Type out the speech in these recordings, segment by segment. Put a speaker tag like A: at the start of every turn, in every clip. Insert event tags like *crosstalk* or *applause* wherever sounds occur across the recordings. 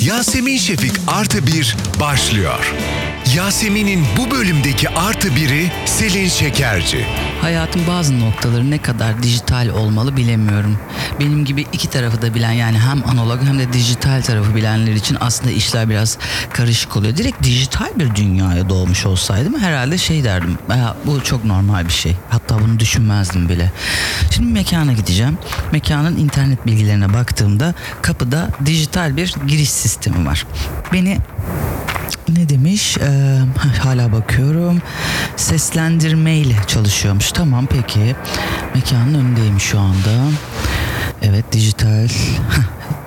A: Yasemin Şefik Artı Bir başlıyor. Yasemin'in bu bölümdeki artı biri Selin Şekerci.
B: Hayatın bazı noktaları ne kadar dijital olmalı bilemiyorum. Benim gibi iki tarafı da bilen yani hem analog hem de dijital tarafı bilenler için aslında işler biraz karışık oluyor. Direkt dijital bir dünyaya doğmuş olsaydım herhalde şey derdim. "Ya bu çok normal bir şey. Hatta bunu düşünmezdim bile. Şimdi mekana gideceğim. Mekanın internet bilgilerine baktığımda kapıda dijital bir giriş sistemi var. Beni ne demiş? Ee, hala bakıyorum. Seslendirmeyle çalışıyormuş. Tamam peki. Mekanın önündeyim şu anda. Evet dijital.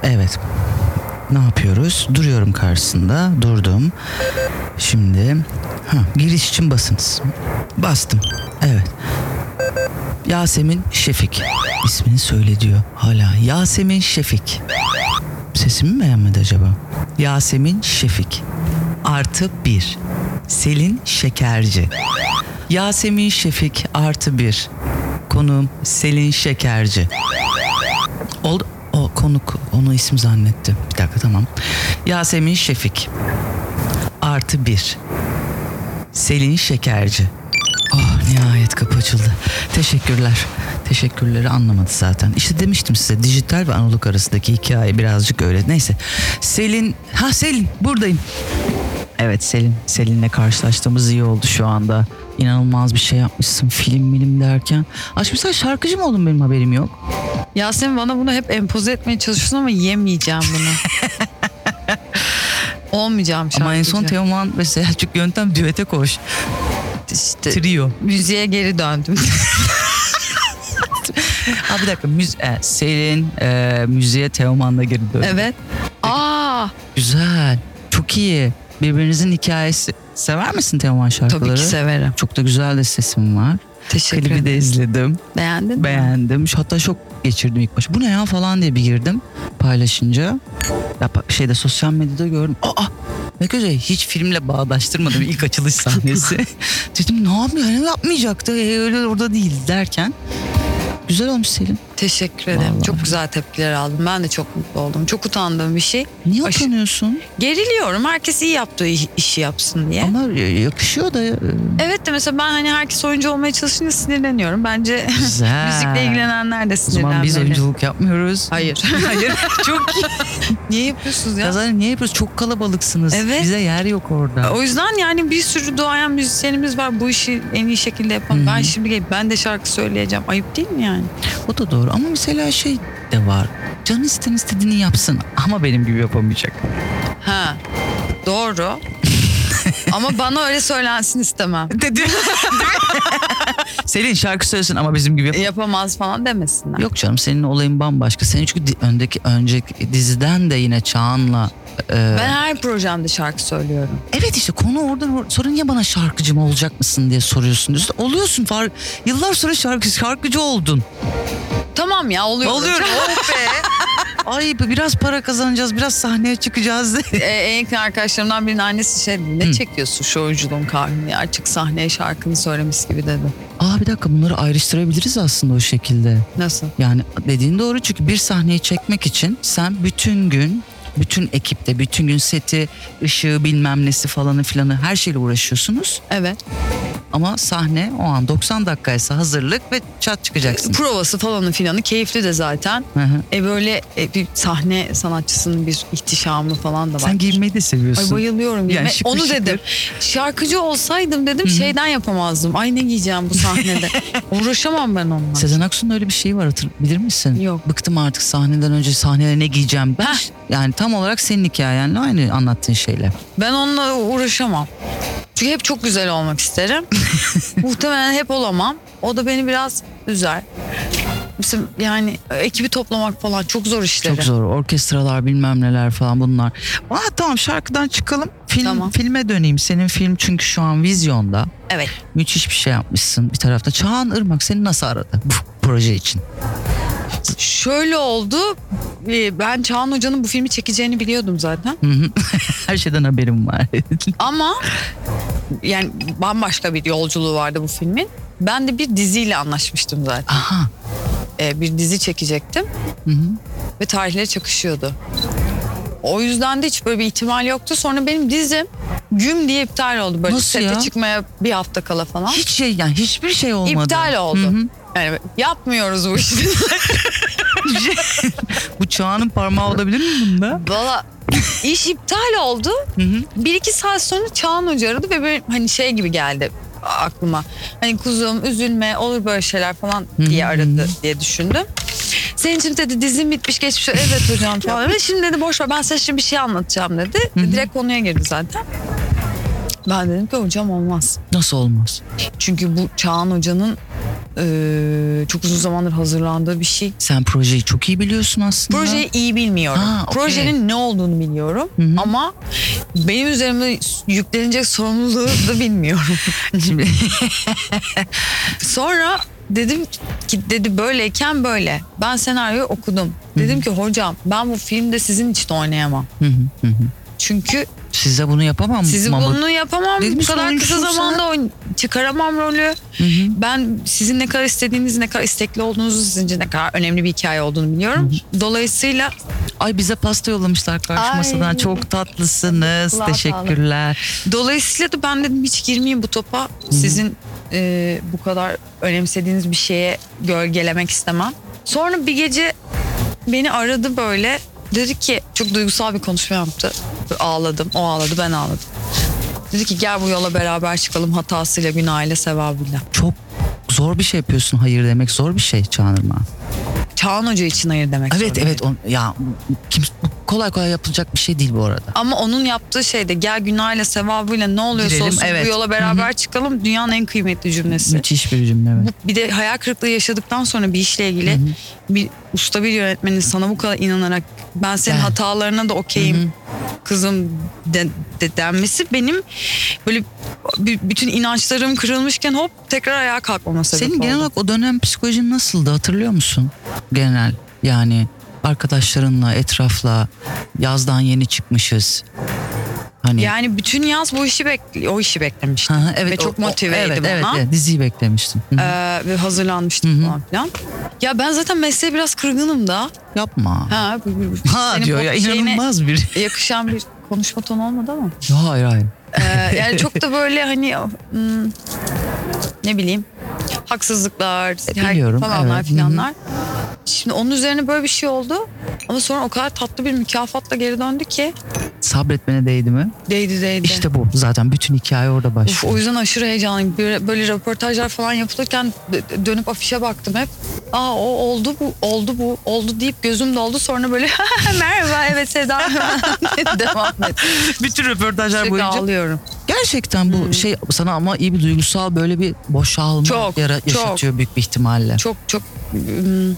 B: evet. Ne yapıyoruz? Duruyorum karşısında. Durdum. Şimdi ha, giriş için basınız. Bastım. Evet. Yasemin Şefik. İsmini söyle diyor. Hala Yasemin Şefik. Sesimi mi beğenmedi acaba? Yasemin Şefik. Artı bir. Selin Şekerci. Yasemin Şefik artı bir. Konuğum Selin Şekerci. Oldu. O konuk onu isim zannetti. Bir dakika tamam. Yasemin Şefik. Artı bir. Selin Şekerci. Oh nihayet kapı açıldı. Teşekkürler. Teşekkürleri anlamadı zaten. İşte demiştim size dijital ve analog arasındaki hikaye birazcık öyle. Neyse. Selin. Ha Selin buradayım. Evet Selin. Selin'le karşılaştığımız iyi oldu şu anda. İnanılmaz bir şey yapmışsın film bilim derken. Aşkım sen şarkıcı mı oldun benim haberim yok.
C: Yasemin bana bunu hep empoze etmeye çalışıyorsun ama yemeyeceğim
B: *laughs*
C: bunu. Olmayacağım şarkıcı.
B: Ama en son Teoman ve Selçuk Yöntem düete koş.
C: işte,
B: Trio.
C: müziğe
B: *laughs*
C: geri döndüm.
B: Ha bir dakika müz e, Selin e, müziğe Teoman'la girdi.
C: evet. Aa,
B: Güzel. Çok iyi. Birbirinizin hikayesi. Sever misin Teoman şarkıları?
C: tabii ki severim.
B: Çok da güzel de sesim var.
C: Teşekkür
B: Klibi
C: ederim.
B: de izledim.
C: Beğendin mi?
B: Beğendim. Hatta şok geçirdim ilk başta. Bu ne ya falan diye bir girdim paylaşınca. Ya pa- şeyde sosyal medyada gördüm. Aa ne güzel hiç filmle bağdaştırmadım ilk
C: *laughs*
B: açılış sahnesi. Dedim ne yapıyor ne yapmayacaktı Ee, öyle orada değil derken. Güzel olmuş Selin.
C: Teşekkür ederim.
B: Vallahi.
C: Çok güzel tepkiler aldım. Ben de çok mutlu oldum. Çok utandığım bir şey.
B: Niye
C: Aşı-
B: utanıyorsun?
C: Geriliyorum. Herkes iyi yaptığı iş- işi yapsın diye.
B: Ama yakışıyor
C: *laughs*
B: da. e,
C: Evet de mesela ben hani herkes oyuncu olmaya çalışınca sinirleniyorum. Bence
B: Güzel.
C: *laughs* müzikle ilgilenenler de
B: O zaman
C: sinirlenmeli.
B: biz oyunculuk yapmıyoruz.
C: Hayır.
B: *laughs*
C: *laughs*
B: Hayır. Çok *laughs* iyi.
C: Niye yapıyorsunuz ya?
B: Kazan niye yapıyoruz? Çok kalabalıksınız.
C: Evet.
B: Bize yer yok orada.
C: O yüzden yani bir sürü doğayan müzisyenimiz var. Bu işi en iyi şekilde yapan.
B: Hı hı.
C: Ben şimdi gelip ben de şarkı söyleyeceğim. Ayıp değil mi yani?
B: O da doğru ama mesela şey de var. Can isten istediğini yapsın ama benim gibi yapamayacak.
C: Ha. *laughs* Doğru. Ama bana öyle söylensin *laughs* istemem.
B: Dedi. Selin şarkı söylesin ama bizim gibi yapamaz.
C: Yapamaz falan demesinler.
B: Yok canım senin olayın bambaşka. Senin çünkü di- öndeki önceki diziden de yine Çağan'la e,
C: Ben her projemde şarkı söylüyorum.
B: Evet işte konu oradan or- sonra niye bana şarkıcı mı olacak mısın diye soruyorsun. diyorsun. Oluyorsun far yıllar sonra şarkı şarkıcı oldun.
C: Tamam ya
B: *laughs*
C: oluyor.
B: Oluyorum oh be. Ay biraz para kazanacağız biraz sahneye çıkacağız. *laughs*
C: Ee, en yakın arkadaşlarımdan birinin annesi şey dedi. Ne çekiyorsun şu oyunculuğun kahrını ya? Açık sahneye şarkını söylemiş gibi dedi.
B: Aa bir dakika bunları ayrıştırabiliriz aslında o şekilde.
C: Nasıl?
B: Yani dediğin doğru çünkü bir sahneyi çekmek için sen bütün gün bütün ekipte bütün gün seti ışığı bilmem nesi falanı filanı her şeyle uğraşıyorsunuz.
C: Evet.
B: Ama sahne o an 90 dakikaysa hazırlık ve çat çıkacaksın.
C: Provası falanı filanı keyifli de zaten.
B: Hı hı.
C: E böyle e, bir sahne sanatçısının bir ihtişamı falan da var.
B: Sen giyinmeyi de seviyorsun.
C: Ay bayılıyorum giyime.
B: Yani şıkır
C: Onu
B: şıkır.
C: dedim. Şarkıcı olsaydım dedim şeyden yapamazdım. Ay ne giyeceğim
B: *laughs*
C: bu sahnede. Uğraşamam ben onunla.
B: Sezen Aksu'nun öyle bir şeyi var hatır, bilir misin?
C: Yok.
B: Bıktım artık sahneden önce sahnede ne giyeceğim ben. Yani tam olarak senin hikayenle aynı anlattığın şeyler.
C: Ben onunla uğraşamam. Çünkü hep çok güzel
B: *laughs*
C: olmak isterim. Muhtemelen hep olamam. O da beni biraz üzer. Mesela yani ekibi toplamak falan çok zor işleri.
B: Çok zor. Orkestralar bilmem neler falan bunlar. Aa tamam şarkıdan çıkalım. Film,
C: Tamam.
B: Filme döneyim. Senin film çünkü şu an vizyonda.
C: Evet.
B: Müthiş bir şey yapmışsın bir tarafta. Çağan Irmak seni nasıl aradı bu proje için?
C: Şöyle oldu. e, Ben Çağan Hoca'nın bu filmi çekeceğini biliyordum zaten.
B: Her şeyden haberim var. *laughs*
C: Ama yani bambaşka bir yolculuğu vardı bu filmin. Ben de bir diziyle anlaşmıştım zaten.
B: Aha.
C: Ee, bir dizi çekecektim. Ve tarihleri çakışıyordu. O yüzden de hiç böyle bir ihtimal yoktu. Sonra benim dizim güm diye iptal oldu. Böyle
B: Nasıl
C: sete
B: ya?
C: çıkmaya bir hafta kala falan.
B: Hiç şey yani hiçbir şey olmadı.
C: İptal oldu.
B: Hı hı.
C: Yani yapmıyoruz bu işi.
B: Bu çağının parmağı olabilir mi bunda?
C: Valla iş iptal oldu.
B: hı.
C: Bir iki saat sonra Çağan Hoca aradı ve benim hani şey gibi geldi aklıma. Hani kuzum üzülme olur böyle şeyler falan diye aradı diye düşündüm. Senin için dedi dizin bitmiş geçmiş. Evet hocam falan. Ve şimdi dedi boş ver ben size şimdi bir şey anlatacağım dedi. Direkt konuya girdi zaten. Ben dedim ki hocam olmaz.
B: Nasıl olmaz?
C: Çünkü bu Çağan Hoca'nın eee, çok uzun zamandır hazırlandığı bir şey.
B: Sen projeyi çok iyi biliyorsun aslında.
C: Projeyi iyi bilmiyorum.
B: Ha, okey.
C: Projenin ne olduğunu biliyorum ama benim üzerimde yüklenecek sorumluluğu
B: *laughs*
C: da bilmiyorum.
B: *laughs* Şimdi-
C: Sonra dedim ki dedi böyleyken böyle. Ben senaryoyu okudum. Dedim ki hocam ben bu filmde sizin için oynayamam.
B: Hı hı, hı hı.
C: Çünkü
B: Size bunu yapamam
C: sizi
B: mama.
C: bunu yapamam.
B: Dedim
C: bu
B: işte
C: kadar kısa
B: oyuncusun
C: zamanda oyn- çıkaramam rolü. Ben sizin ne kadar istediğiniz, ne kadar istekli olduğunuzu, sizin için ne kadar önemli bir hikaye olduğunu biliyorum. Dolayısıyla
B: Ay bize pasta yollamışlar karşı
C: Ay.
B: masadan. Çok tatlısınız.
C: Kulağa
B: Teşekkürler.
C: Dolayısıyla da ben dedim hiç girmeyeyim bu topa. Sizin e, bu kadar önemsediğiniz bir şeye gölgelemek istemem. Sonra bir gece beni aradı böyle. Dedi ki çok duygusal bir konuşma yaptı. Ağladım. O ağladı ben ağladım. Dedi ki gel bu yola beraber çıkalım hatasıyla günahıyla sevabıyla.
B: Çok zor bir şey yapıyorsun. Hayır demek zor bir şey Çağırma.
C: Çağan Hoca için hayır demek
B: Evet
C: zorundayım.
B: evet. on- ya kim bu kolay kolay yapılacak bir şey değil bu arada.
C: Ama onun yaptığı şey de gel günahıyla sevabıyla ne oluyorsa
B: Girelim,
C: olsun
B: evet.
C: bu yola beraber çıkalım dünyanın en kıymetli cümlesi.
B: Müthiş bir cümle. evet.
C: Bu bir de hayal kırıklığı yaşadıktan sonra bir işle ilgili bir usta bir yönetmenin sana bu kadar inanarak ben senin
B: Evet.
C: hatalarına da okeyim kızım de, de denmesi benim böyle b- bütün inançlarım kırılmışken hop tekrar ayağa kalkmama sebep
B: Senin genel
C: oldu.
B: olarak o dönem psikolojin nasıldı hatırlıyor musun? Genel yani arkadaşlarınla, etrafla, yazdan yeni çıkmışız. Hani
C: Yani bütün yaz bu işi bekliyor, o işi beklemiştim.
B: Hı hı, evet
C: Ve çok
B: o- o-
C: motiveydim
B: evet, evet,
C: ona.
B: evet, diziyi beklemiştim. Hı hı.
C: Ee, ve hazırlanmıştım falan filan. Ya ben zaten mesleğe biraz kırgınım da.
B: Yapma.
C: Ha, bu- bu- bu-
B: Ha
C: senin
B: diyor
C: bu
B: ya
C: şeyine
B: inanılmaz bir. *laughs*
C: Yakışan bir konuşma tonu olmadı ama.
B: hayır hayır.
C: Ee, yani çok da böyle hani hmm, ne bileyim haksızlıklar her-
B: E, biliyorum,
C: falanlar
B: evet.
C: filanlar. Şimdi onun üzerine böyle bir şey oldu. Ama sonra o kadar tatlı bir mükafatla geri döndü ki
B: Sabretmene değdi mi?
C: değdi değdi.
B: İşte bu zaten bütün hikaye orada
C: Uf,
B: başlıyor.
C: o yüzden aşırı heyecanlıyım. Böyle, böyle röportajlar falan yapılırken dö- dönüp afişe baktım hep. Aa o oldu bu, oldu bu, oldu deyip gözüm doldu. Sonra böyle *laughs* merhaba evet Seda *laughs* devam et.
B: bütün röportajlar
C: Sürekli ağlıyorum.
B: Gerçekten bu
C: Hmm.
B: şey sana ama iyi bir duygusal böyle bir boşalma
C: Çok,
B: yara,
C: çok.
B: yaşatıyor büyük bir ihtimalle.
C: çok çok ım,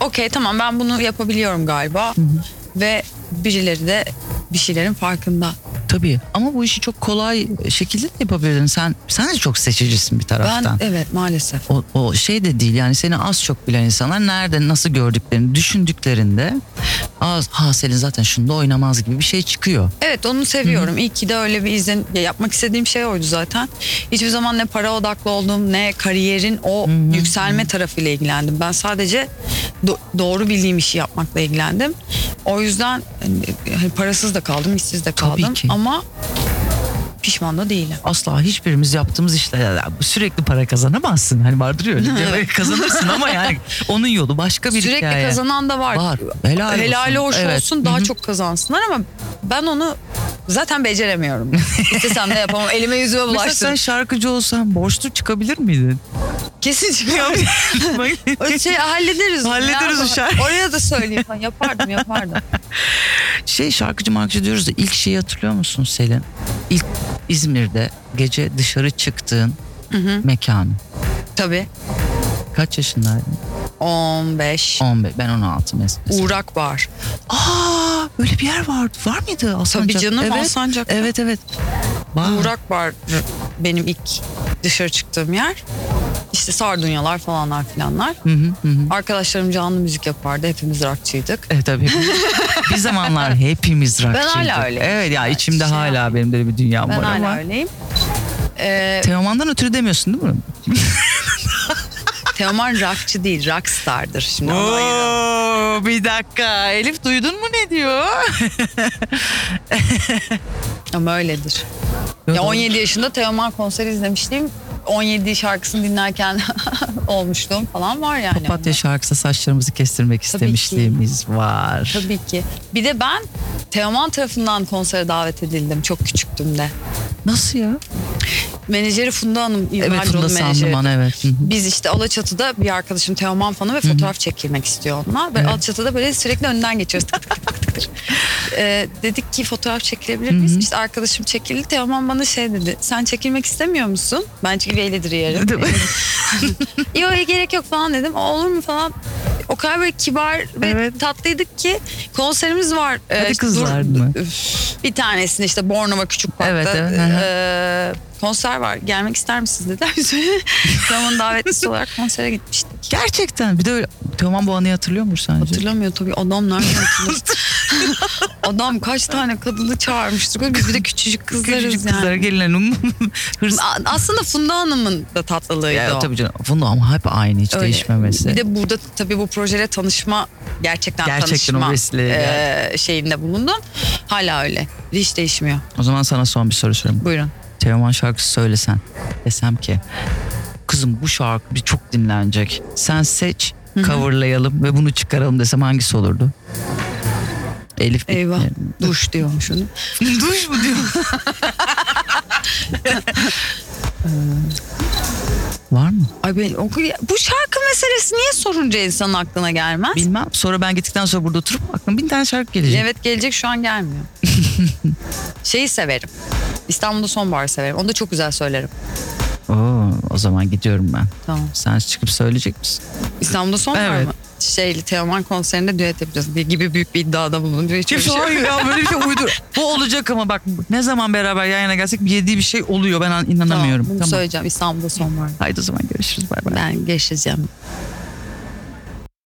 C: okey tamam ben bunu yapabiliyorum galiba ve birileri de bir şeylerin farkında.
B: Tabii ama bu işi çok kolay şekilde de yapabilirsin. Sen sen de çok seçicisin bir
C: Ben
B: taraftan.
C: evet maalesef.
B: o, o şey de değil yani seni az çok bilen insanlar nerede nasıl gördüklerini düşündüklerinde az ha Selin zaten şunda oynamaz gibi bir şey çıkıyor.
C: Evet onu seviyorum. İyi ki de öyle bir izlen ya yapmak istediğim şey oydu zaten. Hiçbir zaman ne para odaklı oldum ne kariyerin o yükselme tarafıyla ilgilendim. Ben sadece do- doğru bildiğim işi yapmakla ilgilendim. O yüzden hani, hani parasız da kaldım, işsiz de
B: Tabii
C: kaldım
B: ki.
C: ama pişman da değilim.
B: Asla hiçbirimiz yaptığımız işle sürekli para kazanamazsın. Hani vardır ya
C: *laughs*
B: öyle bir- kazanırsın ama yani onun yolu başka bir
C: Sürekli
B: hikaye.
C: kazanan da var.
B: Var. Helal olsun.
C: Helali hoş
B: Evet.
C: olsun daha çok kazansınlar ama ben onu
B: *laughs*
C: zaten beceremiyorum. İstesem de yapamam. Elime yüzüme
B: Mesela
C: bulaştım.
B: sen şarkıcı olsan borçlu çıkabilir *laughs* miydin? *laughs*
C: Kesin çıkıyor. O şey hallederiz. onu
B: Hallederiz
C: ya.
B: o şarkı.
C: Oraya da söyleyeyim. falan.
B: *laughs*
C: Yapardım yapardım.
B: Şey şarkıcı markıcı diyoruz da ilk şeyi hatırlıyor musun Selin? İlk İzmir'de gece dışarı çıktığın mekanı.
C: Tabii.
B: Kaç yaşındaydın?
C: 15.
B: 15. Ben 16 mesela.
C: Uğrak var.
B: Aa böyle bir yer vardı. Var mıydı Alsancak?
C: Tabii canım,
B: evet.
C: Alsancak'ta.
B: Evet evet. Vay.
C: Uğrak var benim ilk dışarı çıktığım yer. İşte sardunyalar falanlar filanlar.
B: Hı hı, hı hı.
C: Arkadaşlarım canlı müzik yapardı. Hepimiz rockçıydık.
B: Evet tabii. bir *laughs* zamanlar hepimiz rockçıydık.
C: hala öyleyim.
B: Evet ya
C: Yani
B: içimde
C: şey
B: hala benim
C: yapmayayım.
B: de bir dünyam
C: Ben
B: var ama.
C: hala öyleyim. Ee,
B: Teoman'dan ötürü demiyorsun değil mi?
C: Teoman rockçı değil rockstardır. Şimdi onu ayıralım.
B: Oo, bir dakika Elif duydun mu ne diyor?
C: Ama öyledir. Ya 17 yaşında Teoman konseri izlemiştim. 17 şarkısını dinlerken *laughs* olmuştum falan var yani.
B: Papatya şarkısı saçlarımızı kestirmek istemişliğimiz var.
C: Tabii ki. Bir de ben Teoman tarafından konsere davet edildim çok küçüktüm de.
B: Nasıl ya?
C: Menajeri Funda Hanım.
B: Evet
C: Yıllardır
B: Funda
C: onun menajeri.
B: Sandıman evet. Hı hı.
C: Biz işte Alaçatı'da bir arkadaşım Teoman fanı ve fotoğraf çekilmek istiyor onunla. Ve Alaçatı'da böyle sürekli önden geçiyoruz. Tak tak tak tak tak. Ee, dedik ki fotoğraf çekilebilir miyiz? İşte arkadaşım çekildi. Teoman bana şey dedi. Sen çekilmek istemiyor musun? Ben çünkü veyledir yerim.
B: Değil mi? *laughs*
C: Yok gerek yok falan dedim. "Aa, olur mu falan. O kadar böyle kibar ve
B: Evet.
C: tatlıydık ki konserimiz var. Ee,
B: Hadi
C: işte
B: kızlar
C: dur-
B: mı?
C: Üf, Bir tanesini işte Bornova Küçük Park'ta
B: Evet, evet, hı hı.
C: e, konser var. Gelmek ister misiniz dediler. *laughs* Biz Teoman'ın davetlisi olarak konsere gitmiştik.
B: Gerçekten bir de öyle Teoman bu anıyı hatırlıyor musun sence?
C: Hatırlamıyor tabii adam nereden hatırlıyor? *laughs* adam kaç tane kadını çağırmıştır. Biz bir de küçücük kızlarız
B: Küçücük
C: yani.
B: kızlara gelin hanım. *laughs* Hırs.
C: A- Aslında Funda Hanım'ın da tatlılığıydı
B: Ya,
C: o.
B: tabii canım. Funda ama hep aynı hiç
C: Öyle.
B: değişmemesi.
C: Bir de burada tabii bu projeyle tanışma gerçekten,
B: Gerçekten o
C: tanışma
B: vesileyle
C: e, şeyinde bulundum. Hala öyle. Hiç değişmiyor.
B: O zaman sana son bir soru sorayım.
C: Buyurun.
B: Teoman şarkısı söylesen desem ki kızım bu şarkı bir çok dinlenecek. Sen seç coverlayalım ve bunu çıkaralım desem hangisi olurdu? Elif bir- *laughs*
C: Eyvah. Duş diyormuş onu.
B: Duş mu diyor? *laughs* Var mı?
C: Ay ben, o- bu şarkı meselesi niye sorunca insanın aklına gelmez?
B: Bilmem. Sonra ben gittikten sonra burada oturup aklıma bin tane şarkı gelecek.
C: Evet gelecek şu
B: *laughs*
C: an gelmiyor. Şeyi severim. İstanbul'da sonbaharı severim. Onu da çok güzel söylerim.
B: Oo, o zaman gidiyorum ben.
C: Tamam.
B: Sen çıkıp söyleyecek misin?
C: İstanbul'da sonbahar
B: Evet.
C: mı? Şeyli Teoman konserinde düet yapacağız diye gibi büyük bir iddiada bulundum. Hiç öyle bir şey-
B: ya böyle bir şey
C: *laughs*
B: uydur. Bu olacak ama bak ne zaman beraber yan yana gelsek yediği bir şey oluyor. Ben inanamıyorum.
C: Tamam, bunu söyleyeceğim İstanbul'da sonbahar.
B: Haydi o zaman görüşürüz. Bay bay.
C: Ben geçeceğim.